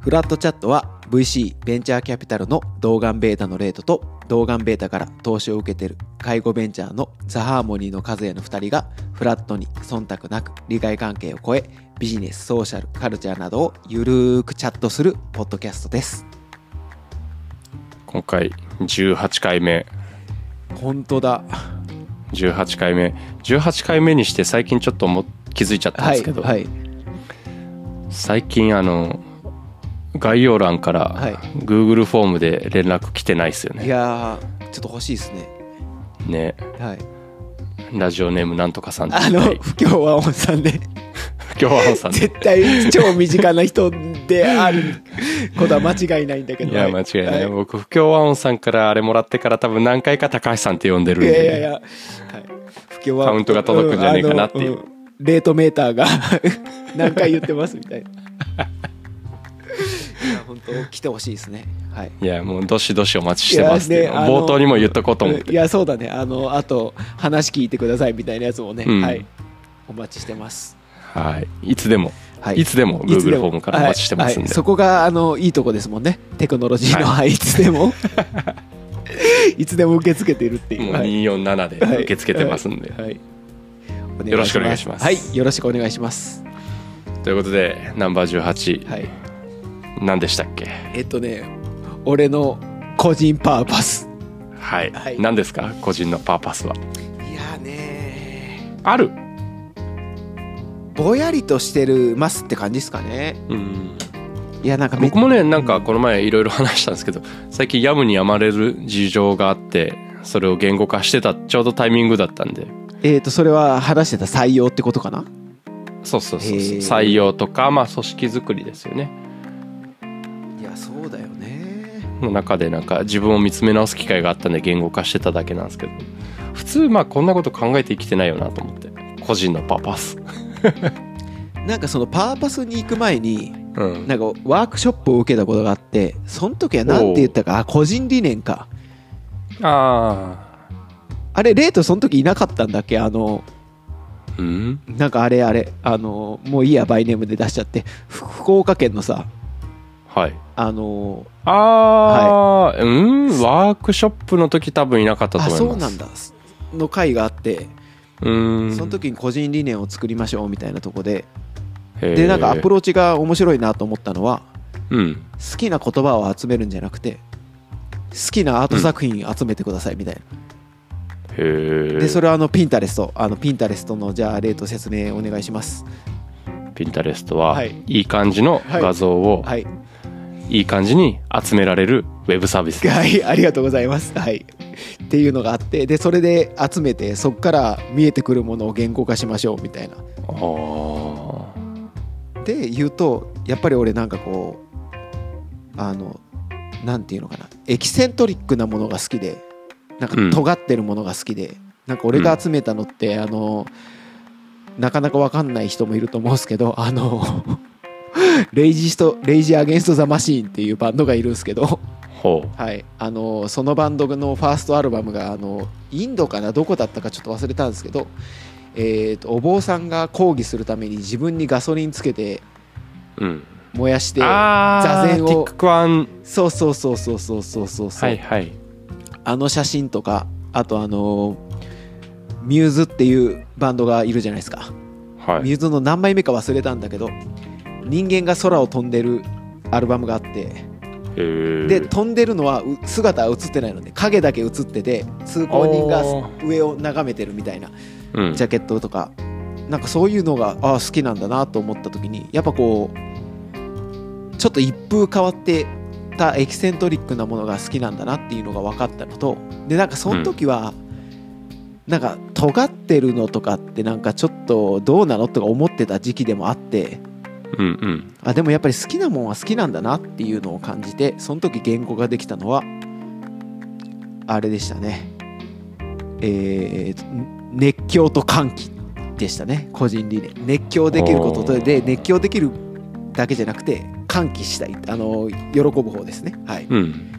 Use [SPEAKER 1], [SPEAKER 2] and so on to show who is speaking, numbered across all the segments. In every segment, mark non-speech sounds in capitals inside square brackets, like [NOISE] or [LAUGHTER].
[SPEAKER 1] フラットチャットは VC ベンチャーキャピタルの動眼ベータのレートと動眼ベータから投資を受けている介護ベンチャーのザ・ハーモニーの和也の2人がフラットに忖度なく利害関係を超えビジネスソーシャルカルチャーなどをゆるーくチャットするポッドキャストです
[SPEAKER 2] 今回18回目
[SPEAKER 1] 本当だ
[SPEAKER 2] 18回目18回目にして最近ちょっとも気づいちゃったん
[SPEAKER 1] は
[SPEAKER 2] で
[SPEAKER 1] い
[SPEAKER 2] すけど、
[SPEAKER 1] はい
[SPEAKER 2] 最近あの概要欄から
[SPEAKER 1] はい
[SPEAKER 2] Google フォームで連絡来てないですよ
[SPEAKER 1] い
[SPEAKER 2] ね
[SPEAKER 1] やーちょっと欲しいですね
[SPEAKER 2] ね
[SPEAKER 1] はい
[SPEAKER 2] ラジオネームなんとかさん
[SPEAKER 1] あの
[SPEAKER 2] はい
[SPEAKER 1] 不協和音さんで
[SPEAKER 2] 今日はあんさんね
[SPEAKER 1] 絶対超身近な人であることは間違いないんだけど
[SPEAKER 2] いや間違いない、
[SPEAKER 1] は
[SPEAKER 2] 僕不協和音さんからあれもらってから多分何回か高橋さんって呼んでるん
[SPEAKER 1] い
[SPEAKER 2] で
[SPEAKER 1] やいやいや、はい、不協和音
[SPEAKER 2] カウントが届くんじゃねえかなっていう
[SPEAKER 1] あのんレートメーターが [LAUGHS] 何回言ってますみたいないや本当来てほしいですねはい
[SPEAKER 2] いやもうどしどしお待ちしてますっていうの
[SPEAKER 1] いやねあの
[SPEAKER 2] 冒頭にも言っとこうと思って
[SPEAKER 1] いやそうだねあのあと話聞いてくださいみたいなやつもね、
[SPEAKER 2] うん
[SPEAKER 1] はいお待ちしてます
[SPEAKER 2] はいいつでも、
[SPEAKER 1] はい
[SPEAKER 2] い、つでも Google フォームからお待ちしてますん
[SPEAKER 1] はいはい
[SPEAKER 2] で、
[SPEAKER 1] そこがあのいいとこですもんねテクノロジーの、はいい、つでも [LAUGHS] いつでも受け付けてるっていう、
[SPEAKER 2] もう
[SPEAKER 1] はい
[SPEAKER 2] 247で受け付けてますんで、
[SPEAKER 1] はいはいお願い
[SPEAKER 2] よろしくお願いします
[SPEAKER 1] はいよろしくお願いします
[SPEAKER 2] ということでナンバー18、
[SPEAKER 1] はい
[SPEAKER 2] 何でしたっけ
[SPEAKER 1] えっとね俺の個人パーパス
[SPEAKER 2] はい、
[SPEAKER 1] はい
[SPEAKER 2] 何ですか個人のパーパスはい
[SPEAKER 1] やーね
[SPEAKER 2] ある
[SPEAKER 1] ーぼやりとしてるますって感じですかね
[SPEAKER 2] うん
[SPEAKER 1] いやなんかめ
[SPEAKER 2] 僕もねなんかこの前いろいろ話したんですけど最近やむにやまれる事情があってそれを言語化してたちょうどタイミングだったんで
[SPEAKER 1] えっ、とそれは話してた採用ってことかな
[SPEAKER 2] そうそうそうそ
[SPEAKER 1] へ
[SPEAKER 2] う
[SPEAKER 1] ー
[SPEAKER 2] 採用とかまあ組織づくりですよね
[SPEAKER 1] いやそうだよね
[SPEAKER 2] の中でなんか自分を見つめ直す機会があったんで言語化してただけなんですけど普通まあこんなこと考えて生きてないよなと思って個人のパーパス
[SPEAKER 1] なんかそのパーパスに行く前に
[SPEAKER 2] うん
[SPEAKER 1] なんかワークショップを受けたことがあってその時は何て言ったかあ個人理念か
[SPEAKER 2] あ
[SPEAKER 1] あれレイトその時いなかったんだっけあの
[SPEAKER 2] あうん
[SPEAKER 1] なんかあれあれあのもういいやバイネームで出しちゃってふ福岡県のさ
[SPEAKER 2] はい
[SPEAKER 1] あの
[SPEAKER 2] ああ、うんワークショップの時多分いなかったと
[SPEAKER 1] あ
[SPEAKER 2] 思います
[SPEAKER 1] そうなんだの会があって
[SPEAKER 2] うん
[SPEAKER 1] その時に個人理念を作りましょうみたいなとこで
[SPEAKER 2] へー
[SPEAKER 1] でなんかアプローチが面白いなと思ったのは
[SPEAKER 2] うん
[SPEAKER 1] 好きな言葉を集めるんじゃなくて好きなアート作品集めてくださいみたいな、
[SPEAKER 2] へえ
[SPEAKER 1] でそれはあのピンタレストあのピンタレストのじゃあ例と説明お願いします
[SPEAKER 2] ピンタレストは、
[SPEAKER 1] はいい、
[SPEAKER 2] い感じの画像を、
[SPEAKER 1] はい、
[SPEAKER 2] い、い感じに集められるウェブサービスです
[SPEAKER 1] はい、ありがとうございますはいっていうのがあってでそれで集めてそっから見えてくるものを言語化しましょうみたいな
[SPEAKER 2] あー
[SPEAKER 1] で言うとやっぱり俺なんかこうあのなんていうのかなエキセントリックなものが好きでなんか
[SPEAKER 2] うん
[SPEAKER 1] 尖ってるものが好きで、なんか俺が集めたのって、あのなかなかわかんない人もいると思うんですけどあの [LAUGHS] レイジストレイジアゲンスト・ザ・マシーンっていうバンドがいるんですけど、
[SPEAKER 2] ほう
[SPEAKER 1] はい、あのそのバンドのファーストアルバムがあのインドかなどこだったかちょっと忘れたんですけど、えー、とお坊さんが抗議するために自分にガソリンつけて
[SPEAKER 2] うん
[SPEAKER 1] 燃やして
[SPEAKER 2] あ
[SPEAKER 1] 座禅を
[SPEAKER 2] ティッククワン
[SPEAKER 1] そうそうそうそうそうそうそうそう、
[SPEAKER 2] はいはい
[SPEAKER 1] あの写真とかあとあのミューズっていうバンドがいるじゃないですか、
[SPEAKER 2] は
[SPEAKER 1] ミュ
[SPEAKER 2] い
[SPEAKER 1] ーズの何枚目か忘れたんだけど人間が空を飛んでるアルバムがあって
[SPEAKER 2] へー
[SPEAKER 1] で飛んでるのはう姿は映ってないので影だけ映ってて通行人が
[SPEAKER 2] お
[SPEAKER 1] 上を眺めてるみたいな
[SPEAKER 2] うん
[SPEAKER 1] ジャケットとかなんかそういうのがああ好きなんだなと思った時にやっぱこうちょっと一風変わってたエキセントリックなものが好きなんだなっていうのが分かったのとでなんかその時は、なんか尖ってるのとかってなんかちょっとどうなのとか思ってた時期でもあって
[SPEAKER 2] うんうん
[SPEAKER 1] あでもやっぱり好きなもんは好きなんだなっていうのを感じてその時言語ができたのはあれでしたねえーとん熱狂と歓喜でしたね個人理念熱狂できることと
[SPEAKER 2] おー
[SPEAKER 1] で熱狂できるだけじゃなくて歓喜したいあの喜ぶ方ですねはい
[SPEAKER 2] うん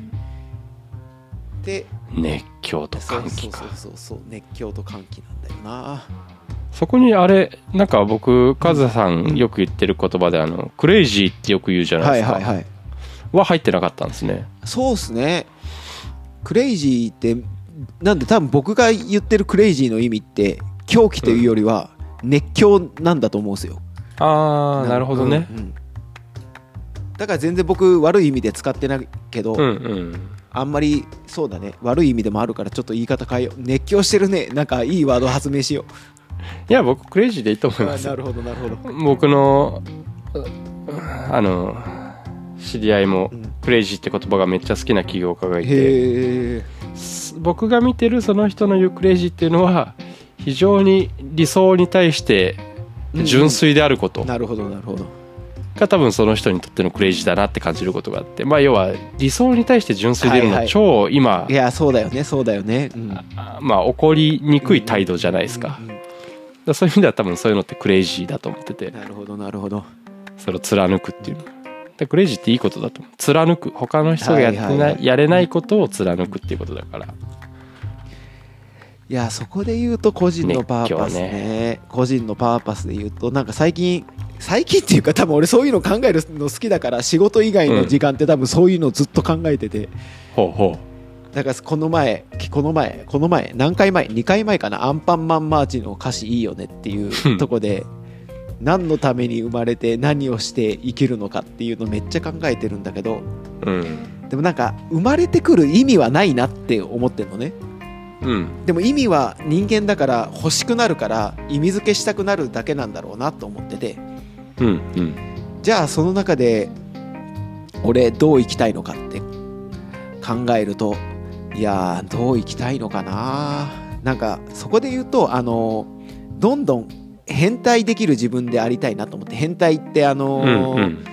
[SPEAKER 1] で
[SPEAKER 2] 熱狂と
[SPEAKER 1] そう
[SPEAKER 2] 歓
[SPEAKER 1] そ
[SPEAKER 2] 喜
[SPEAKER 1] う
[SPEAKER 2] か
[SPEAKER 1] そうそうそう熱狂と歓喜なんだよな
[SPEAKER 2] そこにあれなんか僕カズさんよく言ってる言葉であのクレイジーってよく言うじゃない
[SPEAKER 1] は
[SPEAKER 2] で
[SPEAKER 1] い
[SPEAKER 2] すか、
[SPEAKER 1] はいはい
[SPEAKER 2] は入ってなかったんですね
[SPEAKER 1] そうっすねクレイジーってなんで多分僕が言ってるクレイジーの意味って狂気というよりは熱狂なんだと思うんですよ、
[SPEAKER 2] ああなるほどね、
[SPEAKER 1] うんうんだから全然僕悪い意味で使ってないけど、
[SPEAKER 2] うんうん
[SPEAKER 1] あんまりそうだね悪い意味でもあるからちょっと言い方変えよう熱狂してるねなんかいいワード発明しよ
[SPEAKER 2] いや僕クレイジーでいいと思
[SPEAKER 1] う
[SPEAKER 2] います
[SPEAKER 1] なるほどなるほど、
[SPEAKER 2] 僕のうあの知り合いも
[SPEAKER 1] うん
[SPEAKER 2] クレイジーって言葉がめっちゃ好きな起業家がいて
[SPEAKER 1] へえ
[SPEAKER 2] す僕が見てるその人の言うクレイジーっていうのは非常に理想に対して純粋であること
[SPEAKER 1] なるほどなるほど
[SPEAKER 2] が多分その人にとってのクレイジーだなって感じることがあってまあ要は理想に対して純粋でいるの
[SPEAKER 1] はいは
[SPEAKER 2] は
[SPEAKER 1] い
[SPEAKER 2] 超今
[SPEAKER 1] いやそうだよねそうだよね、うん、
[SPEAKER 2] まあ怒りにくい態度じゃないですかだか
[SPEAKER 1] うんうん
[SPEAKER 2] らそういう意味では多分そういうのってクレイジーだと思ってて
[SPEAKER 1] なるほどなるほど
[SPEAKER 2] それを貫くっていうのでクレイジーっていいことだと思う貫く他の人がやってない、
[SPEAKER 1] はいはいはい
[SPEAKER 2] やれないことを貫くっていうことだから
[SPEAKER 1] いやそこで言うと個人のパーパスね
[SPEAKER 2] 熱狂
[SPEAKER 1] 個人のパーパスで言うとなんか最近最近っていうか多分俺そういうの考えるの好きだから仕事以外の時間って多分そういうのずっと考えてて、
[SPEAKER 2] ほうほ
[SPEAKER 1] だからこの前この前この前何回前2回前かな「アンパンマンマーチ」の歌詞いいよねっていうとこで何のために生まれて何をして生きるのかっていうのめっちゃ考えてるんだけど
[SPEAKER 2] ううん
[SPEAKER 1] でもなんか生まれてくる意味はないなって思ってるのね
[SPEAKER 2] うん
[SPEAKER 1] でも意味は人間だから欲しくなるから意味付けしたくなるだけなんだろうなと思ってて
[SPEAKER 2] うんうん
[SPEAKER 1] じゃあその中で俺どう生きたいのかって考えるといやーどう生きたいのかななんかそこで言うとあのどんどん変態できる自分でありたいなと思って変態ってあの
[SPEAKER 2] うんうん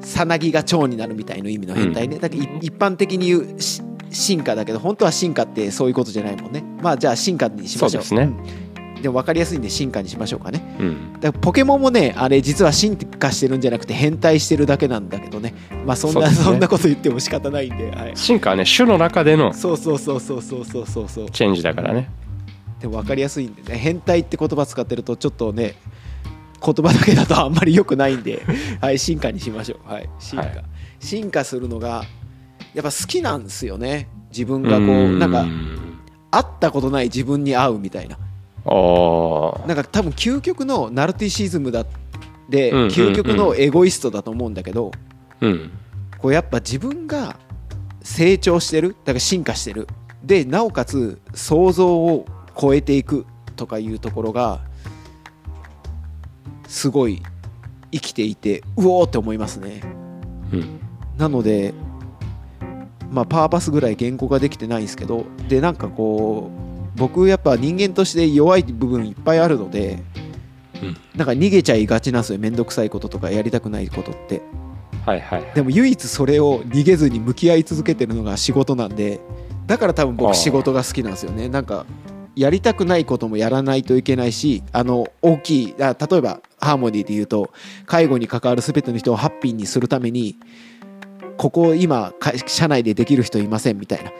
[SPEAKER 1] さなぎが蝶になるみたいな意味の変態ね、だからい一般的に言うし進化だけど本当は進化ってそういうことじゃないもんねまあじゃあ進化にしましょう
[SPEAKER 2] そうです
[SPEAKER 1] うんでも分かりやすいんで進化にしましょうかね
[SPEAKER 2] うん
[SPEAKER 1] だからポケモンもねあれ実は進化してるんじゃなくて変態してるだけなんだけどねまあそん
[SPEAKER 2] そう
[SPEAKER 1] な
[SPEAKER 2] ですね
[SPEAKER 1] そ,、んなこと言っても仕方ないんで、はい、
[SPEAKER 2] 進化はね種の中での
[SPEAKER 1] そうそうそうそうそうそうそうそう
[SPEAKER 2] チェンジだからね
[SPEAKER 1] でも分かりやすいんでね変態って言葉使ってるとちょっとね言葉だけだとあんまり良くないん
[SPEAKER 2] [LAUGHS]
[SPEAKER 1] で、はい、進化にしましょう、はい、進化、
[SPEAKER 2] はい
[SPEAKER 1] 進化するのがやっぱ好きなんですよね自分がこ
[SPEAKER 2] うん
[SPEAKER 1] うなんか会ったことない自分に会うみたいな
[SPEAKER 2] おー
[SPEAKER 1] なんか多分究極のナルティシズムだで、
[SPEAKER 2] うんうんうん
[SPEAKER 1] 究極のエゴイストだと思うんだけど
[SPEAKER 2] うん
[SPEAKER 1] こうやっぱ自分が成長してるだから進化してるでなおかつ想像を超えていくとかいうところがすごい生きていてうおーって思いますね
[SPEAKER 2] うん
[SPEAKER 1] なのでまあパーパスぐらい言語ができてないんですけどでなんかこう僕やっぱ人間として弱い部分いっぱいあるので、
[SPEAKER 2] うん
[SPEAKER 1] なんか逃げちゃいがちなんですよめんどくさいこととかやりたくないことって
[SPEAKER 2] はいはい
[SPEAKER 1] でも唯一それを逃げずに向き合い続けてるのが仕事なんでだから多分
[SPEAKER 2] あー
[SPEAKER 1] 僕仕事が好きなんですよねなんかやりたくないこともやらないといけないしあの大きいあ例えばハーモニーで言うと介護に関わる全ての人をハッピーにするためにここを今か社内でできる人いませんみたいな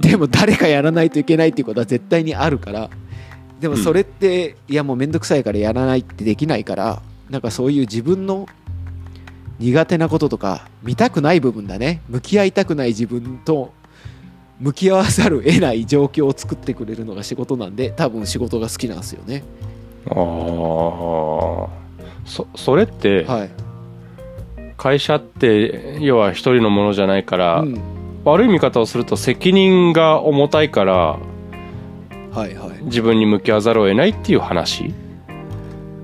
[SPEAKER 1] でも誰かやらないといけないっていうことは絶対にあるからでもそれって、いやもうめんどくさいからやらないってできないからなんかそういう自分の苦手なこととか見たくない部分だね向き合いたくない自分と向き合わざるを得ない状況を作ってくれるのが仕事なんで多分仕事が好きなんですよね
[SPEAKER 2] あーそそれって
[SPEAKER 1] はい、
[SPEAKER 2] 会社って要は一人のものじゃないから、
[SPEAKER 1] うん、
[SPEAKER 2] 悪い見方をすると責任が重たいから
[SPEAKER 1] はいはい
[SPEAKER 2] 自分に向き合わざるを得ないっていう話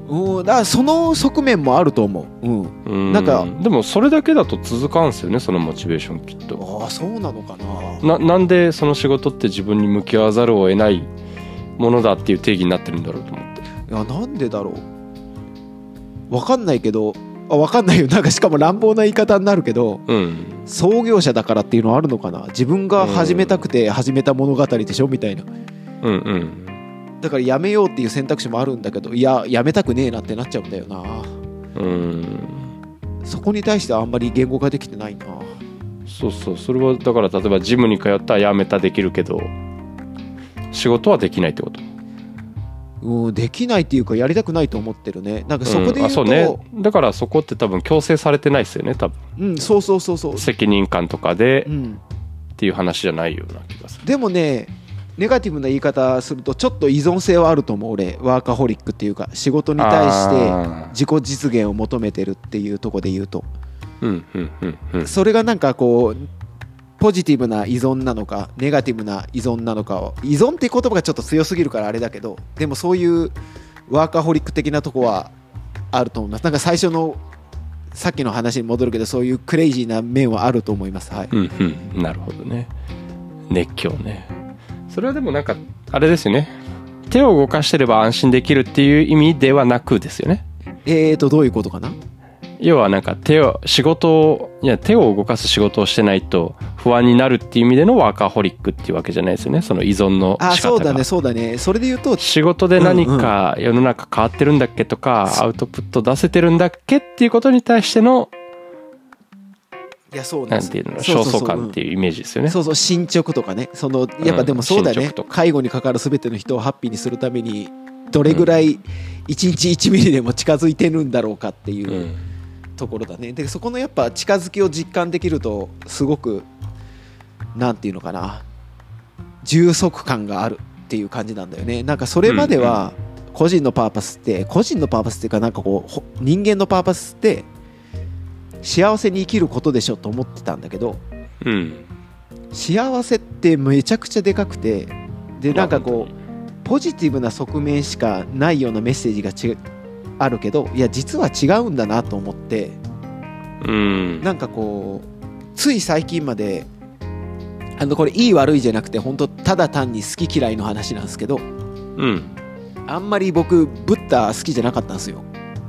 [SPEAKER 1] うんだからその側面もあると思ううん
[SPEAKER 2] うん
[SPEAKER 1] なんか
[SPEAKER 2] でもそれだけだと続かんすよねそのモチベーションきっと
[SPEAKER 1] ああそうなのかな
[SPEAKER 2] ななんでその仕事って自分に向き合わざるを得ないものだっていう定義になってるんだろうと思って
[SPEAKER 1] いやなんでだろうわかんないけどあわかんないよなんかしかも乱暴な言い方になるけど
[SPEAKER 2] うん
[SPEAKER 1] 創業者だからっていうのはあるのかな自分が始めたくて始めた物語でしょみたいな
[SPEAKER 2] うんうん
[SPEAKER 1] だからやめようっていう選択肢もあるんだけどいややめたくねえなってなっちゃうんだよな
[SPEAKER 2] うん
[SPEAKER 1] そこに対してあんまり言語化できてないな
[SPEAKER 2] そうそうそれはだから例えばジムに通ったらやめたできるけど仕事はできないってこと
[SPEAKER 1] うん、できないっていうかやりたくないと思ってるねなんかそこで
[SPEAKER 2] ん
[SPEAKER 1] 言
[SPEAKER 2] あ
[SPEAKER 1] うと、
[SPEAKER 2] そううんねだからそこって多分強制されてないですよね多分
[SPEAKER 1] そうそうそうそう、
[SPEAKER 2] 責任感とかで
[SPEAKER 1] うん、
[SPEAKER 2] っていう話じゃないような気がする
[SPEAKER 1] でもねネガティブな言い方するとちょっと依存性はあると思う俺ワーカホリックっていうか仕事に対して
[SPEAKER 2] あ
[SPEAKER 1] 自己実現を求めてるっていうとこで言うと
[SPEAKER 2] ーうんうんうんうん
[SPEAKER 1] それがなんかこうポジティブな依存なのかネガティブな依存なのかを依存っていう言葉がちょっと強すぎるからあれだけどでもそういうワーカホリック的なとこはあると思いますなんか最初のさっきの話に戻るけどそういうクレイジーな面はあると思いますはい、
[SPEAKER 2] うんうんなるほどね熱狂ねそれはでもなんかあれですよね手を動かしてれば安心できるっていう意味ではなくですよね
[SPEAKER 1] えーとどういうことかな
[SPEAKER 2] 要はなんか手を仕事をいや手を動かす仕事をしてないと不安になるっていう意味でのワーカーホリックっていうわけじゃないですよねその依存の仕方が
[SPEAKER 1] あそうだねそうだねそれで言うと
[SPEAKER 2] 仕事で何か世の中変わってるんだっけとか、アウトプット出せてるんだっけっていうことに対しての
[SPEAKER 1] いやそう
[SPEAKER 2] な
[SPEAKER 1] ね
[SPEAKER 2] んていうの
[SPEAKER 1] そ
[SPEAKER 2] 焦
[SPEAKER 1] うそうそう
[SPEAKER 2] 燥感っていうイメージですよね
[SPEAKER 1] そうそう進捗とかねそのやっぱでもそうだ
[SPEAKER 2] 進
[SPEAKER 1] ね、
[SPEAKER 2] 捗とか
[SPEAKER 1] 介護にかかる全ての人をハッピーにするためにどれぐらい1日1ミリでも近づいてるんだろうかっていううんところだね、でそこのやっぱ近づきを実感できるとすごくなんていうのかな充足感があるっていう感じなんだよねなんかそれまでは個人のパーパスって個人のパーパスっていうかなんかこうほ人間のパーパスって幸せに生きることでしょと思ってたんだけど、
[SPEAKER 2] うん
[SPEAKER 1] 幸せってめちゃくちゃでかくてでなんかこうポジティブな側面しかないようなメッセージがちあるけどいや実は違うんだなと思って
[SPEAKER 2] うん
[SPEAKER 1] なんかこうつい最近まであのこれいい悪いじゃなくて本当ただ単に好き嫌いの話なんですけど
[SPEAKER 2] うん
[SPEAKER 1] あんまり僕ブッダ好きじゃなかったんですよ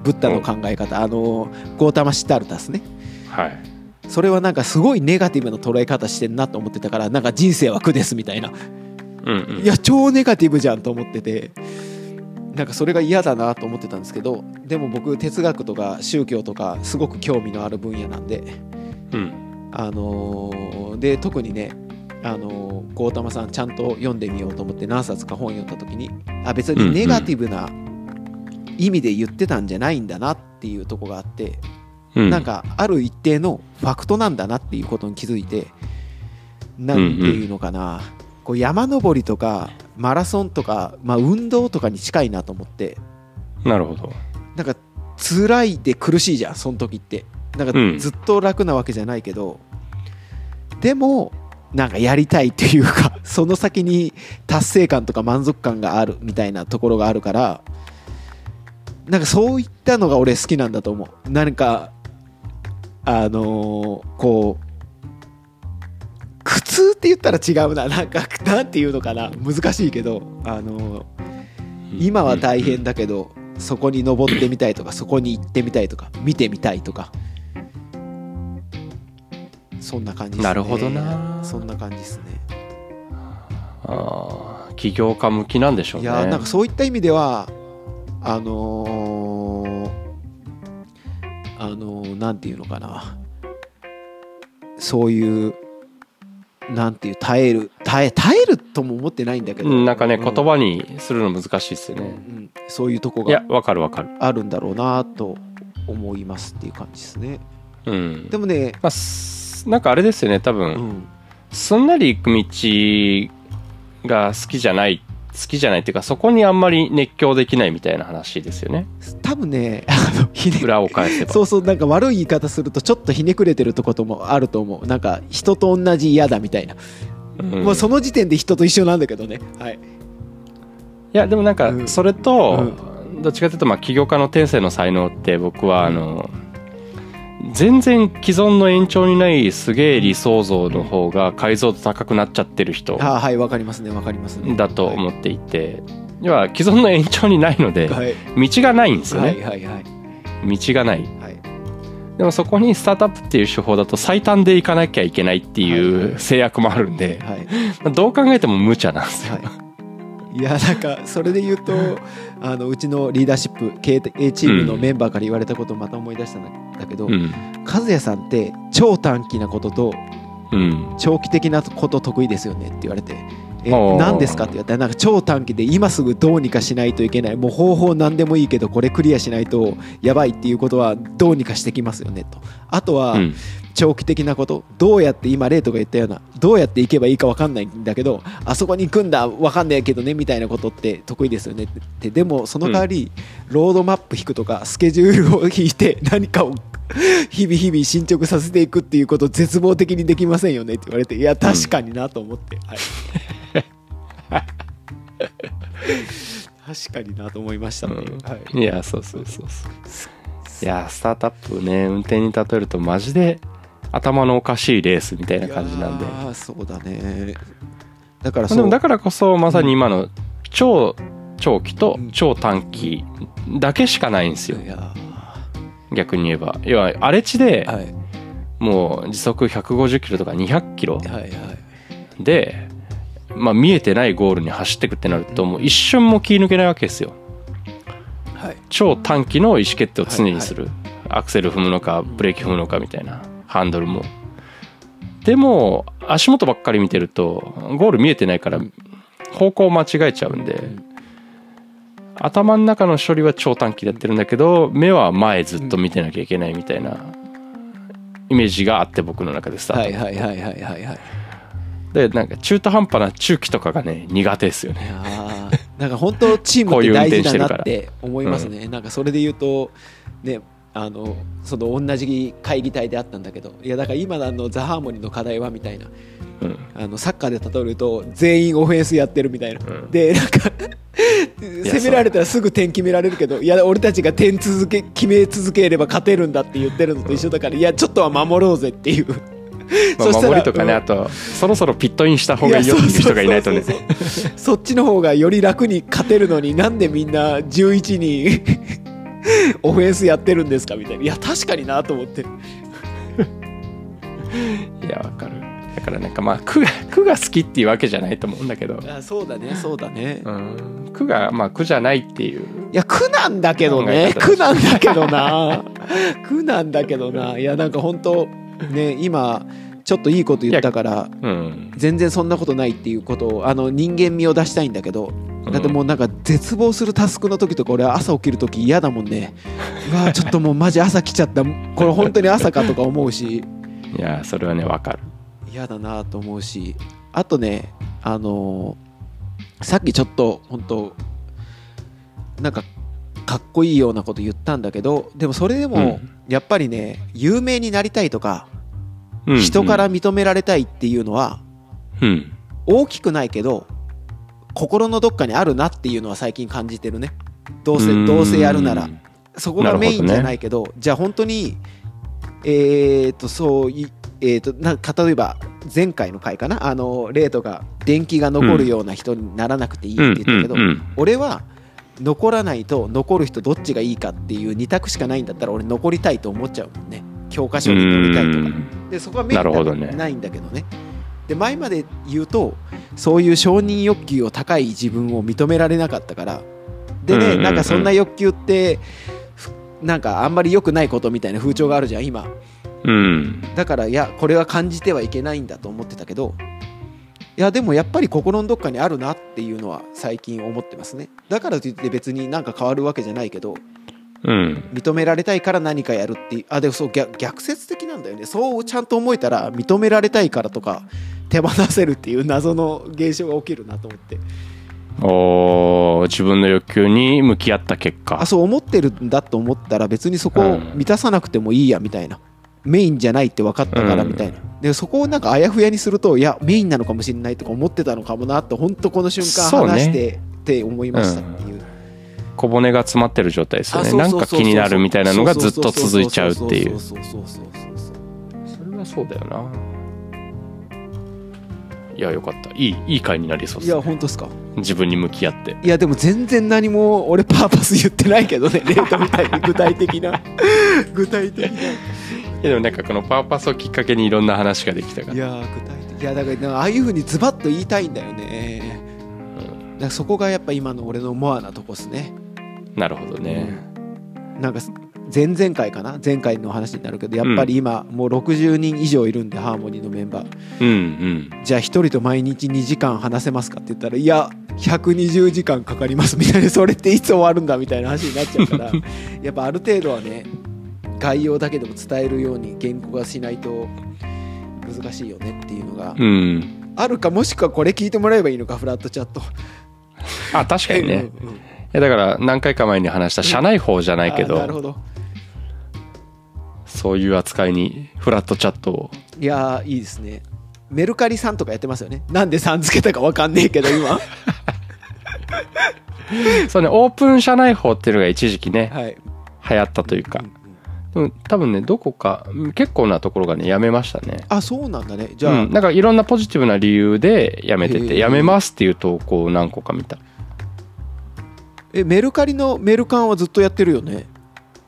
[SPEAKER 1] ブッダの考え方あのゴータマ・シッタルタスね
[SPEAKER 2] はい
[SPEAKER 1] それはなんかすごいネガティブな捉え方してんなと思ってたからなんか人生は苦ですみたいな
[SPEAKER 2] うんうん
[SPEAKER 1] いや超ネガティブじゃんと思っててなんかそれが嫌だなと思ってたんですけどでも僕哲学とか宗教とかすごく興味のある分野なんで
[SPEAKER 2] うん
[SPEAKER 1] あのーで特にねあのー、ゴータマさんちゃんと読んでみようと思って何冊か本読んだ時にあ別にネガティブな意味で言ってたんじゃないんだなっていうとこがあって
[SPEAKER 2] うん
[SPEAKER 1] なんかある一定のファクトなんだなっていうことに気づいてなんていうのかな、こう山登りとかマラソンとか、まあ、運動とかに近いなと思って
[SPEAKER 2] なるほど
[SPEAKER 1] なんか辛いで苦しいじゃんその時ってなん
[SPEAKER 2] う
[SPEAKER 1] か
[SPEAKER 2] ん
[SPEAKER 1] ずっと楽なわけじゃないけど、でもなんかやりたいっていうか [LAUGHS] その先に達成感とか満足感があるみたいなところがあるからなんかそういったのが俺好きなんだと思うなんかあのーこう苦痛って言ったら違うななんかなんていうのかな難しいけどあのー今は大変だけど、そこに登ってみたいとかそこに行ってみたいとか見てみたいとかそんな感じですね
[SPEAKER 2] なるほどな
[SPEAKER 1] そんな感じですね
[SPEAKER 2] あー起業家向きなんでしょう
[SPEAKER 1] い
[SPEAKER 2] ね
[SPEAKER 1] やーなんかそういった意味ではあのーあのーなんていうのかなそういうなんていう耐える耐え耐えるとも思ってないんだけど
[SPEAKER 2] うんなんかね
[SPEAKER 1] う
[SPEAKER 2] 言葉にするの難しいですよ
[SPEAKER 1] う
[SPEAKER 2] ね
[SPEAKER 1] んそういうとこ
[SPEAKER 2] いや
[SPEAKER 1] が
[SPEAKER 2] わかるわかる
[SPEAKER 1] あるんだろうなと思いますっていう感じですね
[SPEAKER 2] うん
[SPEAKER 1] でもね、
[SPEAKER 2] まあすなんかあれですよね多分、
[SPEAKER 1] うん、
[SPEAKER 2] すんなり行く道が好きじゃない好きじゃないっていうかそこにあんまり熱狂できないみたいな話ですよ [LAUGHS] ね
[SPEAKER 1] 多分ね、あのひね
[SPEAKER 2] 裏を返せば
[SPEAKER 1] そうそう、なんか悪い言い方すると、ちょっとひねくれてるとこともあると思う。なんか、人と同じ嫌だみたいな。
[SPEAKER 2] うん
[SPEAKER 1] もうその時点で人と一緒なんだけどね。はい。
[SPEAKER 2] いやでもなん
[SPEAKER 1] う
[SPEAKER 2] か
[SPEAKER 1] ん
[SPEAKER 2] それと、どっちかというとまあ起業家の天性の才能って僕はあの、全然既存の延長にないすげえ理想像の方が解像度高くなっちゃってる人
[SPEAKER 1] あーはい、わかりますね、わかりますね。
[SPEAKER 2] だと思っていて、要は既存の延長にないので
[SPEAKER 1] はい。
[SPEAKER 2] 道がないんですよ
[SPEAKER 1] は
[SPEAKER 2] ね、
[SPEAKER 1] い、はい、はい。
[SPEAKER 2] 道がない
[SPEAKER 1] はい、
[SPEAKER 2] でもそこにスタートアップっていう手法だと最短で行かなきゃいけないっていう制約もあるんで、
[SPEAKER 1] はい。
[SPEAKER 2] まあどう考えても無茶なんですよ。
[SPEAKER 1] はい、いやなんかそれで言うとあのうちのリーダーシップ K チームのメンバーから言われたことをまた思い出したんだけど、
[SPEAKER 2] うん。
[SPEAKER 1] 和也さんって超短期なことと
[SPEAKER 2] うん。
[SPEAKER 1] 長期的なこと得意ですよねって言われて、ええ
[SPEAKER 2] おー
[SPEAKER 1] 何ですかって言ったらなんか超短期で今すぐどうにかしないといけないもう方法何でもいいけどこれクリアしないとやばいっていうことはどうにかしてきますよねとあとは
[SPEAKER 2] うん
[SPEAKER 1] 長期的なことどうやって今レイトが言ったようなどうやって行けばいいか分かんないんだけどあそこに行くんだ分かんないけどねみたいなことって得意ですよねってででもその代わりロードマップ引くとかスケジュールを引いて何かを日々日々進捗させていくっていうことを絶望的にできませんよねって言われていや確かになと思って、はい
[SPEAKER 2] [LAUGHS]
[SPEAKER 1] 確かになと思いましたっていう、
[SPEAKER 2] うん
[SPEAKER 1] はい
[SPEAKER 2] いやそうそうそうそういやスタートアップね運転に例えるとマジで頭のおかしいレースみたいな感じなんで
[SPEAKER 1] いやーそうだねだから
[SPEAKER 2] まあ
[SPEAKER 1] そ
[SPEAKER 2] で
[SPEAKER 1] う
[SPEAKER 2] もだからこそまさに今の超長期と
[SPEAKER 1] うん
[SPEAKER 2] 超短期だけしかないんですよ
[SPEAKER 1] いや
[SPEAKER 2] 逆に言えば要は荒れ地で
[SPEAKER 1] ーはい
[SPEAKER 2] もう時速150キロとか200キロ
[SPEAKER 1] はいはい
[SPEAKER 2] で、まあ、見えてないゴールに走ってくってなるともう一瞬も気抜けないわけですよ
[SPEAKER 1] はい
[SPEAKER 2] 超短期の意思決定を常にする、アクセル踏むのかブレーキ踏むのかみたいなハンドルもでも足元ばっかり見てるとゴール見えてないから方向間違えちゃうんで頭の中の処理は超短期でやってるんだけど目は前ずっと見てなきゃいけないみたいなイメージがあって僕の中でスタート
[SPEAKER 1] はいはいはいはいはいはい
[SPEAKER 2] でなんか中途半端な中期とかがね苦手ですよ
[SPEAKER 1] [LAUGHS]
[SPEAKER 2] ね
[SPEAKER 1] いやーなんか本当チームって大事だなって思いますね。なんかそれで言うとねあのその同じ会議体であったんだけどいやだから今のあのザ・ハーモニーの課題はみたいな
[SPEAKER 2] うん
[SPEAKER 1] あのサッカーで例えると全員オフェンスやってるみたいな、
[SPEAKER 2] うん
[SPEAKER 1] でなんか
[SPEAKER 2] や
[SPEAKER 1] 攻められたらすぐ点決められるけどいや俺たちが点続け決め続ければ勝てるんだって言ってるのと一緒だから、いやちょっとは守ろうぜっていう。
[SPEAKER 2] まあ
[SPEAKER 1] そしたら
[SPEAKER 2] 守りとかねあとそろそろピットインした方がいいよっていう人がいないとね
[SPEAKER 1] やそうそうそうそうそっちの方がより楽に勝てるのになんでみんな11に [LAUGHS] オフェンスやってるんですかみたいないや確かになと思って
[SPEAKER 2] いやわかるだからなんかまあ区が [LAUGHS] 区が好きっていうわけじゃないと思うんだけど、
[SPEAKER 1] あそうだねそうだね、
[SPEAKER 2] う
[SPEAKER 1] い
[SPEAKER 2] ん、区がまあ区じゃないっていう
[SPEAKER 1] や苦なんだけどね
[SPEAKER 2] 考え
[SPEAKER 1] 苦なんだけどな苦なんだけどないやなんか本当ね今ちょっといいこと言ったから
[SPEAKER 2] うん
[SPEAKER 1] 全然そんなことないっていうことをあの人間味を出したいんだけどだってもうなんか絶望するタスクの時とか俺朝起きる時嫌だもんねう
[SPEAKER 2] [LAUGHS]
[SPEAKER 1] わーちょっともうマジ朝来ちゃったこれ本当に朝かとか思うし
[SPEAKER 2] いやそれはねわかる
[SPEAKER 1] 嫌だなと思うしあとねあのーさっきちょっと本当なんかかっこいいようなこと言ったんだけどでもそれで
[SPEAKER 2] う
[SPEAKER 1] も
[SPEAKER 2] ん
[SPEAKER 1] やっぱりね有名になりたいとか
[SPEAKER 2] うんうん
[SPEAKER 1] 人から認められたいっていうのは
[SPEAKER 2] うん
[SPEAKER 1] 大きくないけど心のどっかにあるなっていうのは最近感じてるねどうせどうせやるなら
[SPEAKER 2] うん
[SPEAKER 1] そこがメインじゃないけどじゃあ本当にえー、とそういえー、となんか例えば前回の回かなあのレートが電気が残るような人にならなくていいって言ったけど、
[SPEAKER 2] うんうんうん
[SPEAKER 1] 俺は残らないと残る人どっちがいいかっていう2択しかないんだったら俺残りたいと思っちゃうもんね教科書に載りたいとかでそこはメリ
[SPEAKER 2] なるほ
[SPEAKER 1] ット
[SPEAKER 2] ど
[SPEAKER 1] は
[SPEAKER 2] ね
[SPEAKER 1] ないんだけどねで前まで言うとそういう承認欲求を高い自分を認められなかったからでね、
[SPEAKER 2] うんうんうん
[SPEAKER 1] なんかそんな欲求ってふなんかあんまり良くないことみたいな風潮があるじゃん今
[SPEAKER 2] うん
[SPEAKER 1] だからいやこれは感じてはいけないんだと思ってたけどいやでもやっぱり心のどっかにあるなっていうのは最近思ってますねだからといって別になんか変わるわけじゃないけど
[SPEAKER 2] うん
[SPEAKER 1] 認められたいから何かやるっていうあでもそう逆逆説的なんだよねそうちゃんと思えたら認められたいからとか手放せるっていう謎の現象が起きるなと思って
[SPEAKER 2] おー自分の欲求に向き合った結果
[SPEAKER 1] あそう思ってるんだと思ったら別にそこを満たさなくてもいいやみたいなメインじゃないって分かったからみたいな、でそこをなんかあやふやにするといやメインなのかもしれないとか思ってたのかもなって本当この瞬間
[SPEAKER 2] そうね
[SPEAKER 1] 話して、って思いましたっていう、
[SPEAKER 2] 小骨が詰まってる状態ですよ
[SPEAKER 1] あ
[SPEAKER 2] ね
[SPEAKER 1] そう
[SPEAKER 2] な
[SPEAKER 1] そうんそう
[SPEAKER 2] か
[SPEAKER 1] そう
[SPEAKER 2] 気になるみたいなのがずっと続いちゃうっていう
[SPEAKER 1] そうそうそうそうそうそう
[SPEAKER 2] それはそうだよないやよかったいいいい回になりそう
[SPEAKER 1] い
[SPEAKER 2] です
[SPEAKER 1] や
[SPEAKER 2] ね
[SPEAKER 1] 本当ですか
[SPEAKER 2] 自分に向き合って
[SPEAKER 1] いやでも全然何も俺パーパス言ってないけどねレートみたいに具体的な [LAUGHS] 具体的ない
[SPEAKER 2] やでもなんかこのパーパスをきっかけにいろんな話ができたか
[SPEAKER 1] い
[SPEAKER 2] ら
[SPEAKER 1] やー具体的いやだからなんかああいうふうにズバッと言いたいんだよねだからそこがやっぱ今の俺のモアなとこっすね
[SPEAKER 2] なるほどね
[SPEAKER 1] なんか前々回かな前回の話になるけどやっぱり今もう60人以上いるんでハーモニーのメンバー
[SPEAKER 2] うんうん
[SPEAKER 1] じゃあ1人と毎日2時間話せますかって言ったらいや120時間かかりますみ [LAUGHS] たいなそれっていつ終わるんだみたいな話になっちゃうから
[SPEAKER 2] [LAUGHS]
[SPEAKER 1] やっぱある程度はね概要だけでも伝えるように原稿がしないと難しいよねっていうのが
[SPEAKER 2] うん
[SPEAKER 1] あるかもしくはこれ聞いてもらえばいいのかフラットチャット。
[SPEAKER 2] あ確かにね
[SPEAKER 1] うんうん
[SPEAKER 2] えだから何回か前に話した社内法じゃないけ
[SPEAKER 1] あーなる
[SPEAKER 2] ど
[SPEAKER 1] ほど
[SPEAKER 2] そういう扱いにフラットチャットを
[SPEAKER 1] いやーいいですねメルカリさんとかやってますよねなんでさんつけたかわかんねえけど
[SPEAKER 2] [LAUGHS]
[SPEAKER 1] 今
[SPEAKER 2] そうねオープン社内法っていうのが一時期ね
[SPEAKER 1] はい
[SPEAKER 2] 流行ったというか
[SPEAKER 1] うんうん
[SPEAKER 2] うん多分ねどこかうん結構なところがねやめましたね
[SPEAKER 1] あそうなんだねじ
[SPEAKER 2] じ
[SPEAKER 1] ゃあ、
[SPEAKER 2] うん、なんかいろんなポジティブな理由でやめて
[SPEAKER 1] へえ
[SPEAKER 2] てやめますっていう投稿を何個か見た
[SPEAKER 1] えメルカリのメルカンはずっとやってるよね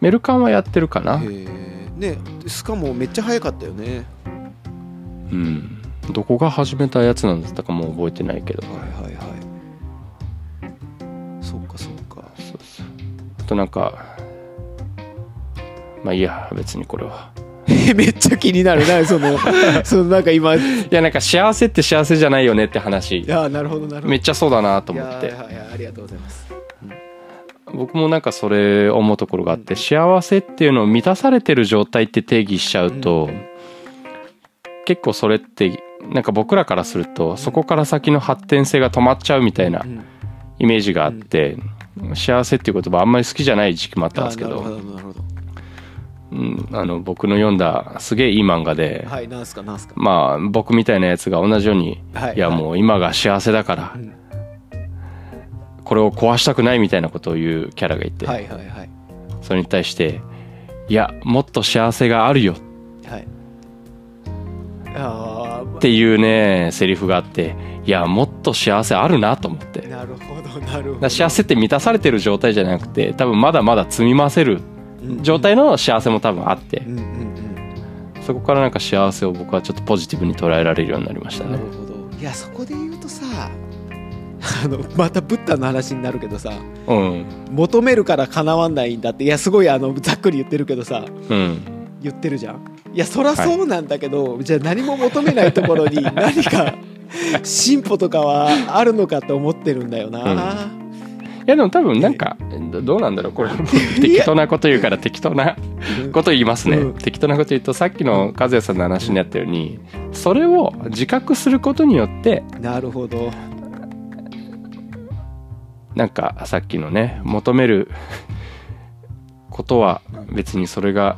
[SPEAKER 2] メルカンはやってるかな
[SPEAKER 1] へえねしかもめっちゃ早かったよね
[SPEAKER 2] うんどこが始めたやつなんだったかもう覚えてないけど
[SPEAKER 1] はいはいはいそうかそうか
[SPEAKER 2] そうそうあとなんかまあいいや別にこれは
[SPEAKER 1] え [LAUGHS] めっちゃ気になるなその [LAUGHS] そのなんか今あ
[SPEAKER 2] いやなんか幸せって幸せじゃないよねって話
[SPEAKER 1] ーなるほどなるほど
[SPEAKER 2] めっちゃそうだなと
[SPEAKER 1] い
[SPEAKER 2] 思
[SPEAKER 1] やー
[SPEAKER 2] って
[SPEAKER 1] はいはいありがとうございます
[SPEAKER 2] 僕もなんかそれ思うところがあって幸せっていうのを満たされてる状態って定義しちゃうと結構それってなんか僕らからするとそこから先の発展性が止まっちゃうみたいな
[SPEAKER 1] うん
[SPEAKER 2] イメージがあって幸せっていう言葉あんまり好きじゃない時期もあったんですけ
[SPEAKER 1] あーな
[SPEAKER 2] ど
[SPEAKER 1] るほどなるほど
[SPEAKER 2] うんあの僕の読んだすげえいい漫画で
[SPEAKER 1] はいなんすかなんすか
[SPEAKER 2] まあ僕みたいなやつが同じように
[SPEAKER 1] はい
[SPEAKER 2] いやもう今が幸せだから
[SPEAKER 1] うん
[SPEAKER 2] これを壊したくないみたいなことを言うキャラがいて
[SPEAKER 1] はいはいはい
[SPEAKER 2] それに対していやもっと幸せがあるよ
[SPEAKER 1] はいあ
[SPEAKER 2] っていうねセリフがあっていやもっと幸せあるなと思って
[SPEAKER 1] あな
[SPEAKER 2] だか
[SPEAKER 1] るほどなるほ
[SPEAKER 2] ら
[SPEAKER 1] ど
[SPEAKER 2] 幸せって満たされてる状態じゃなくて多分まだまだ積み増せる状態の幸せも多分あって
[SPEAKER 1] うんうんうん
[SPEAKER 2] そこからなんか幸せを僕はちょっとポジティブに捉えられるようになりました
[SPEAKER 1] な
[SPEAKER 2] ね
[SPEAKER 1] るほどいやそこで言うとさあのまたブッダの話になるけどさ
[SPEAKER 2] うん
[SPEAKER 1] 求めるから叶わないんだっていやすごいあのざっくり言ってるけどさ
[SPEAKER 2] うん
[SPEAKER 1] 言ってるじゃんいやそらそうなんだけど、じゃあ何も求めないところ
[SPEAKER 2] [LAUGHS]
[SPEAKER 1] に何か進歩とかはあるのかと思ってるんだよな、
[SPEAKER 2] いやでも多分なんかどどうなんだろうこれ適当なこと言うから適当な
[SPEAKER 1] うん
[SPEAKER 2] こと言いますね、
[SPEAKER 1] うん
[SPEAKER 2] 適当なこと言うとさっきの和也さんの話にあったようにそれを自覚することによって
[SPEAKER 1] なるほど
[SPEAKER 2] なんかさっきのね求めることは別にそれが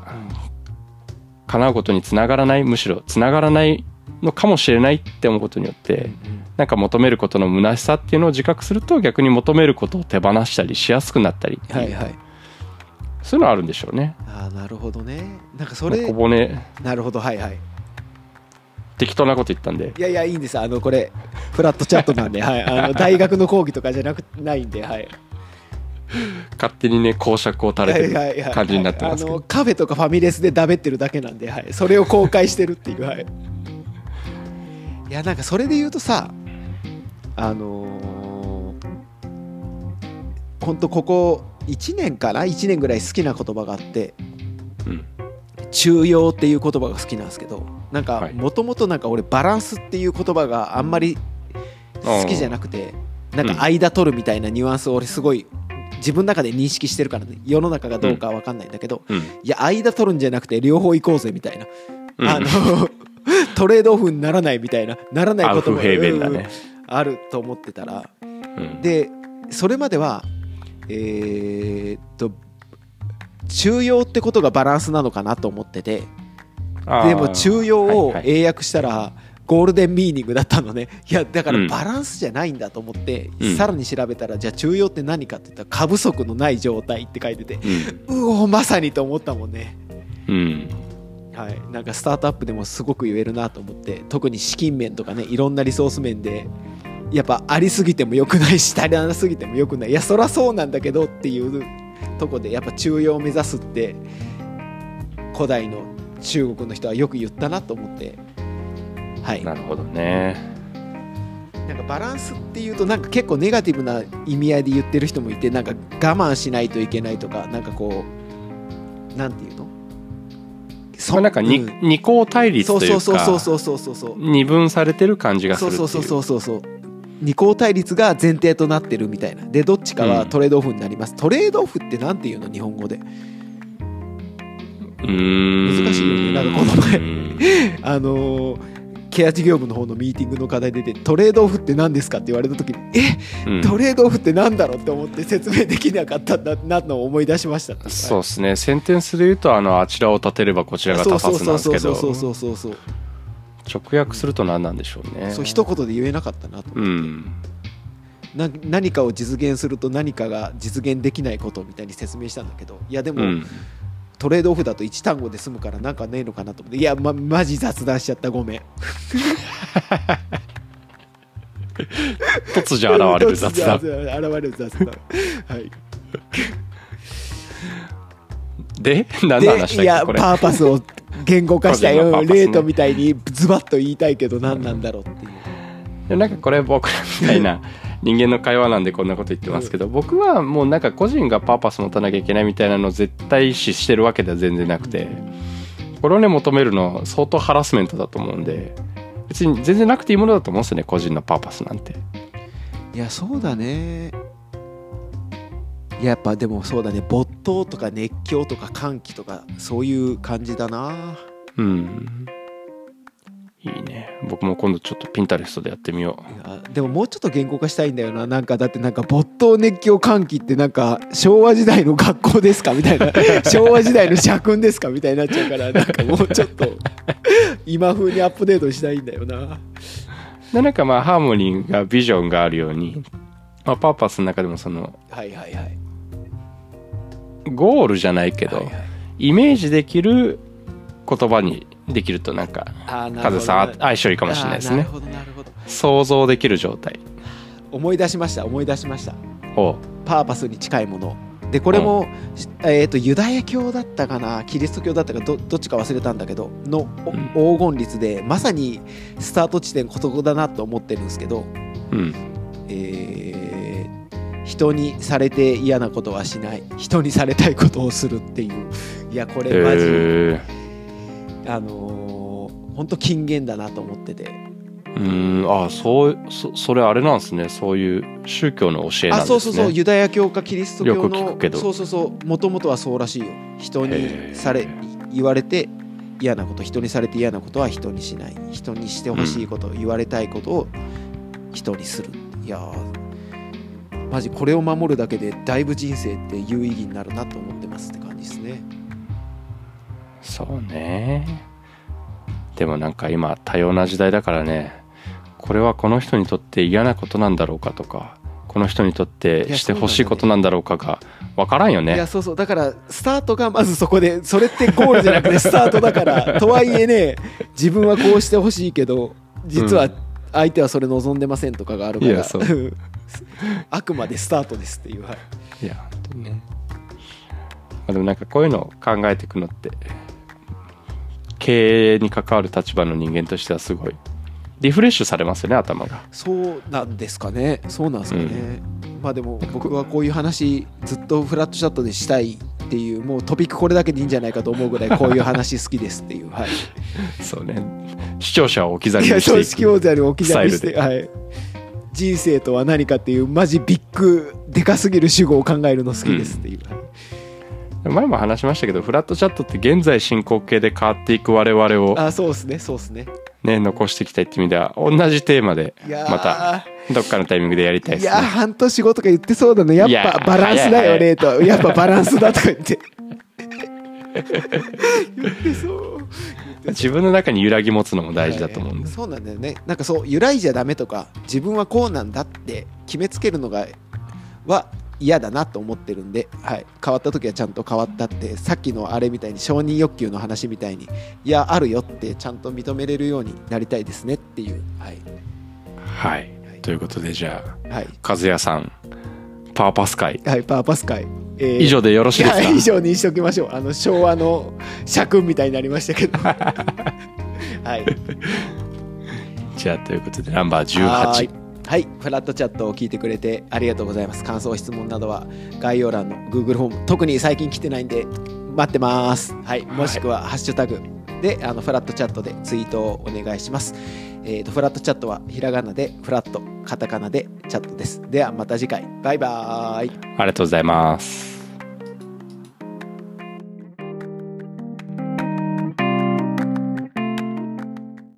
[SPEAKER 2] 叶うことにつながらないむしろつながらないのかもしれないって思うことによってなんか求めることの虚しさっていうのを自覚すると逆に求めることを手放したりしやすくなったりっていう
[SPEAKER 1] はいはい
[SPEAKER 2] そういうのはあるんでしょうね。
[SPEAKER 1] ああなるほどねなんかそ
[SPEAKER 2] まあ小
[SPEAKER 1] れ
[SPEAKER 2] 骨
[SPEAKER 1] なるほどはいはい
[SPEAKER 2] 適当なこと言ったんで
[SPEAKER 1] いやいやいいんですあのこれフラットチャットなんで、はい、あの大学の講義とかじゃなくないんではい
[SPEAKER 2] 勝手にね講釈を垂れて
[SPEAKER 1] はいはいはい
[SPEAKER 2] る感じになってますけ
[SPEAKER 1] あの
[SPEAKER 2] ど
[SPEAKER 1] カフェとかファミレスでダベってるだけなんで、はい、それを公開してるっていう、はい、いやなんかそれで言うとさあのー、ほんとここ1年かな1年ぐらい好きな言葉があって
[SPEAKER 2] うん
[SPEAKER 1] 中庸っていう言葉が好きなんですけどなんか
[SPEAKER 2] はい
[SPEAKER 1] もともとなんか俺バランスっていう言葉があんまり好きじゃなくてなんか間取るみたいなニュアンスを俺すごい自分の中で認識してるから、ね、世の中がどうかは分かんないんだけど、
[SPEAKER 2] うん
[SPEAKER 1] いや間取るんじゃなくて両方行こうぜみたいな、
[SPEAKER 2] うん
[SPEAKER 1] あの [LAUGHS] トレードオフにならないみたいなならない
[SPEAKER 2] アウ
[SPEAKER 1] こと
[SPEAKER 2] フ
[SPEAKER 1] も
[SPEAKER 2] ヘーベンだね
[SPEAKER 1] うんあると思ってたら
[SPEAKER 2] うん
[SPEAKER 1] でそれまではえーっと中庸ってことがバランスなのかなと思ってて
[SPEAKER 2] あー
[SPEAKER 1] でも中庸を
[SPEAKER 2] はいはい
[SPEAKER 1] 英訳したらゴールデンミーニングだったのね [LAUGHS] いやだか
[SPEAKER 2] う
[SPEAKER 1] ら
[SPEAKER 2] ん
[SPEAKER 1] バランスじゃないんだと思って、
[SPEAKER 2] うん
[SPEAKER 1] さらに調べたらじゃあ中庸って何かって言ったら過不足のない状態って書いてて
[SPEAKER 2] うん
[SPEAKER 1] うおまさにと思ったもんね。
[SPEAKER 2] うん
[SPEAKER 1] はい、なんかスタートアップでもすごく言えるなと思って特に資金面とかねいろんなリソース面でやっぱありすぎても良くないし足りなすぎても良くないいやそらそうなんだけどっていうとこでやっぱ中庸を目指すって古代の中国の人はよく言ったなと思ってはい
[SPEAKER 2] なるほどね
[SPEAKER 1] なんかバランスっていうとなんか結構ネガティブな意味合いで言ってる人もいてなんか我慢しないといけないとかなんかこうなんていうの
[SPEAKER 2] ま
[SPEAKER 1] そ
[SPEAKER 2] あなんか
[SPEAKER 1] う
[SPEAKER 2] 二二項対立
[SPEAKER 1] そう
[SPEAKER 2] という
[SPEAKER 1] そう
[SPEAKER 2] か
[SPEAKER 1] そうそうそうそうそうそう
[SPEAKER 2] 二分されてる感じがす
[SPEAKER 1] そ
[SPEAKER 2] る
[SPEAKER 1] う
[SPEAKER 2] ってい
[SPEAKER 1] そううそうそうそうそう二項対立が前提となってるみたいなでどっちかはトレードオフになります、トレードオフってなんていうの日本語で
[SPEAKER 2] うーん
[SPEAKER 1] 難しいよねなんかこの前
[SPEAKER 2] うん
[SPEAKER 1] あのーケア事業部の方のミーティングの課題で出てトレードオフって何ですかって言われた時にえ
[SPEAKER 2] うん
[SPEAKER 1] トレードオフって何だろうって思って説明できなかったんだ [LAUGHS] なのを思い出しました
[SPEAKER 2] そうですねセンテンスで言うとあのあちらを立てればこちらが
[SPEAKER 1] そう
[SPEAKER 2] 立
[SPEAKER 1] そ
[SPEAKER 2] た
[SPEAKER 1] う
[SPEAKER 2] ずなん
[SPEAKER 1] そう
[SPEAKER 2] です
[SPEAKER 1] そう
[SPEAKER 2] け
[SPEAKER 1] そ
[SPEAKER 2] ど
[SPEAKER 1] うそうそうそうそう
[SPEAKER 2] 直訳すると何なんでしょうね
[SPEAKER 1] そう一言で言えなかったなと
[SPEAKER 2] うん
[SPEAKER 1] な何かを実現すると何かが実現できないことみたいに説明したんだけどいやでも、
[SPEAKER 2] うん
[SPEAKER 1] トレードオフだと1単語で済むからなんかねえのかなと思っていやまマジ雑談しちゃったごめん
[SPEAKER 2] 突如現れる雑
[SPEAKER 1] 突
[SPEAKER 2] 談
[SPEAKER 1] 然現れる雑談はい
[SPEAKER 2] で [LAUGHS] 何の話
[SPEAKER 1] でい
[SPEAKER 2] だっ
[SPEAKER 1] や
[SPEAKER 2] けこれ
[SPEAKER 1] パーパスを言語化した
[SPEAKER 2] 個 [LAUGHS] 人のパ
[SPEAKER 1] よ、
[SPEAKER 2] ーパスね
[SPEAKER 1] レートみたいにズバッと言いたいけど何なんだろうっていう、
[SPEAKER 2] でなんかこれ僕らみたいな人間の会話なんでこんなこと言ってますけど僕はもうなんか個人がパーパス持たなきゃいけないみたいなのを絶対視してるわけでは全然なくてこれをね求めるの相当ハラスメントだと思うんで別に全然なくていいものだと思うんですよね個人のパーパスなんて
[SPEAKER 1] いやそうだねいややっぱでもそうだね没頭とか熱狂とか歓喜とかそういう感じだな
[SPEAKER 2] うんいいね僕も今度ちょっとピンタレストでやってみよ
[SPEAKER 1] いやでももうちょっと言語化したいんだよななんかだってなんか没頭熱狂歓喜ってなんか昭和時代の学校ですかみたい
[SPEAKER 2] [LAUGHS]
[SPEAKER 1] な昭和時代の社訓ですかみたいになっちゃうからなんかもうちょっと今風にアップデートしたいんだよな
[SPEAKER 2] うでなんかまあハーモニーがビジョンがあるように、まあ、パーパスの中でもその
[SPEAKER 1] はいはいはい
[SPEAKER 2] ゴールじゃないけど、
[SPEAKER 1] はいはい
[SPEAKER 2] イメージできる言葉にできるとなんか
[SPEAKER 1] あーなるほど
[SPEAKER 2] カズさん相性いいかもしれないです
[SPEAKER 1] あーな
[SPEAKER 2] ね
[SPEAKER 1] るほどなるほど
[SPEAKER 2] 想像できる状態
[SPEAKER 1] 思い出しました思い出しました
[SPEAKER 2] を
[SPEAKER 1] パーパスに近いものでこれも、しえー、とユダヤ教だったかなキリスト教だったかどどっちか忘れたんだけどの、お黄金律でまさにスタート地点ここだなと思ってるんですけど、
[SPEAKER 2] うん
[SPEAKER 1] えー人にされて嫌なことはしない人にされたいことをするっていういやこ
[SPEAKER 2] え
[SPEAKER 1] れマジ、
[SPEAKER 2] ー、
[SPEAKER 1] あのー、ほんと金言だなと思ってて
[SPEAKER 2] うーんああそうそそれあれなんですねそういう宗教の教えなん
[SPEAKER 1] あ
[SPEAKER 2] です
[SPEAKER 1] そ
[SPEAKER 2] ね
[SPEAKER 1] うそうそうユダヤ教かキリスト教
[SPEAKER 2] よく聞
[SPEAKER 1] の
[SPEAKER 2] くけど
[SPEAKER 1] そうそうそうもともとはそうらしいよ人
[SPEAKER 2] へ
[SPEAKER 1] に
[SPEAKER 2] ー
[SPEAKER 1] され言われて嫌なこと人にされて嫌なことは人にしない人にしてほしいこと、言われたいことを人にするいやーマジこれを守るだけでだいぶ人生って有意義になるなと思ってますって感じですね
[SPEAKER 2] そうねでもなんか今多様な時代だからねこれはこの人にとって嫌なことなんだろうかとかこの人にとっ
[SPEAKER 1] い
[SPEAKER 2] て
[SPEAKER 1] や
[SPEAKER 2] してほしいことなんだろうかが分からんよ
[SPEAKER 1] い
[SPEAKER 2] ね
[SPEAKER 1] やそうそうだからスタートがまずそこでそれってゴールじゃなくてスタートだから
[SPEAKER 2] [LAUGHS]
[SPEAKER 1] とはいえね自分はこうしてほしいけど実は相手はそれ望んでませんとかがあるか
[SPEAKER 2] い
[SPEAKER 1] ら
[SPEAKER 2] やそう
[SPEAKER 1] [LAUGHS] あくまでスタートですっていう、はい
[SPEAKER 2] いや本当にね、まあ、でもなんかこういうのを考えていくのって経営に関わる立場の人間としてはすごいリフレッシュされますよね頭が
[SPEAKER 1] そうなんですかねそうなんですかね、まあでも僕はこういう話ずっとフラットチャットでしたいっていうもうトピックこれだけでいいんじゃないかと思うぐらいこういう話好きですっていうはい
[SPEAKER 2] そうね視聴者を置き去り
[SPEAKER 1] いや
[SPEAKER 2] にして
[SPEAKER 1] 常
[SPEAKER 2] い
[SPEAKER 1] 識
[SPEAKER 2] く
[SPEAKER 1] 王座に置き去りにして、
[SPEAKER 2] ス
[SPEAKER 1] はい、人生とは何かっていうマジビッグでかすぎる主語を考えるの好きですっていう、
[SPEAKER 2] 前も話しましたけどフラットチャットって現在進行形で変わっていく我々を
[SPEAKER 1] あそうですねそうですね
[SPEAKER 2] ね、残していきたいって意味では同じテーマで
[SPEAKER 1] いやー
[SPEAKER 2] またどっかのタイミングでやりた
[SPEAKER 1] い
[SPEAKER 2] いです
[SPEAKER 1] や
[SPEAKER 2] ね。
[SPEAKER 1] 半年後とか言ってそうだねや
[SPEAKER 2] い
[SPEAKER 1] っ
[SPEAKER 2] や
[SPEAKER 1] ぱバランスだよ
[SPEAKER 2] いやい
[SPEAKER 1] ねとやっぱバランスだとか言って
[SPEAKER 2] [LAUGHS]
[SPEAKER 1] 言ってそう
[SPEAKER 2] 自分の中に揺らぎ持つのも大事だと思うんです。
[SPEAKER 1] そうなんだよねなんかそう揺らいじゃダメとか自分はこうなんだって決めつけるのがは嫌だなと思ってるんで、はい、変わった時はちゃんと変わったってさっきのあれみたいに承認欲求の話みたいにいやあるよってちゃんと認めれるようになりたいですねっていうはい、
[SPEAKER 2] はい。ということでじゃあ、
[SPEAKER 1] はい
[SPEAKER 2] 和也さん、パーパス会、
[SPEAKER 1] はい、パーパス会、えー
[SPEAKER 2] 以上でよろしいですか
[SPEAKER 1] いや以上にしときましょうあの昭和の社訓みたいになりましたけ
[SPEAKER 2] [LAUGHS]
[SPEAKER 1] どはい
[SPEAKER 2] じゃあ、ということでナンバ
[SPEAKER 1] は
[SPEAKER 2] ー
[SPEAKER 1] いはい、フラットチャットを聞いてくれてありがとうございます。感想、質問などは概要欄の Google フォーム、特に最近来てないんで、待ってます。はい、もしくは、ハッシュタグで、あの、フラットチャットでツイートをお願いします。えっ、と、フラットチャットは、ひらがなで、フラット、カタカナでチャットです。では、また次回。バイバーイ。
[SPEAKER 2] ありがとうございます。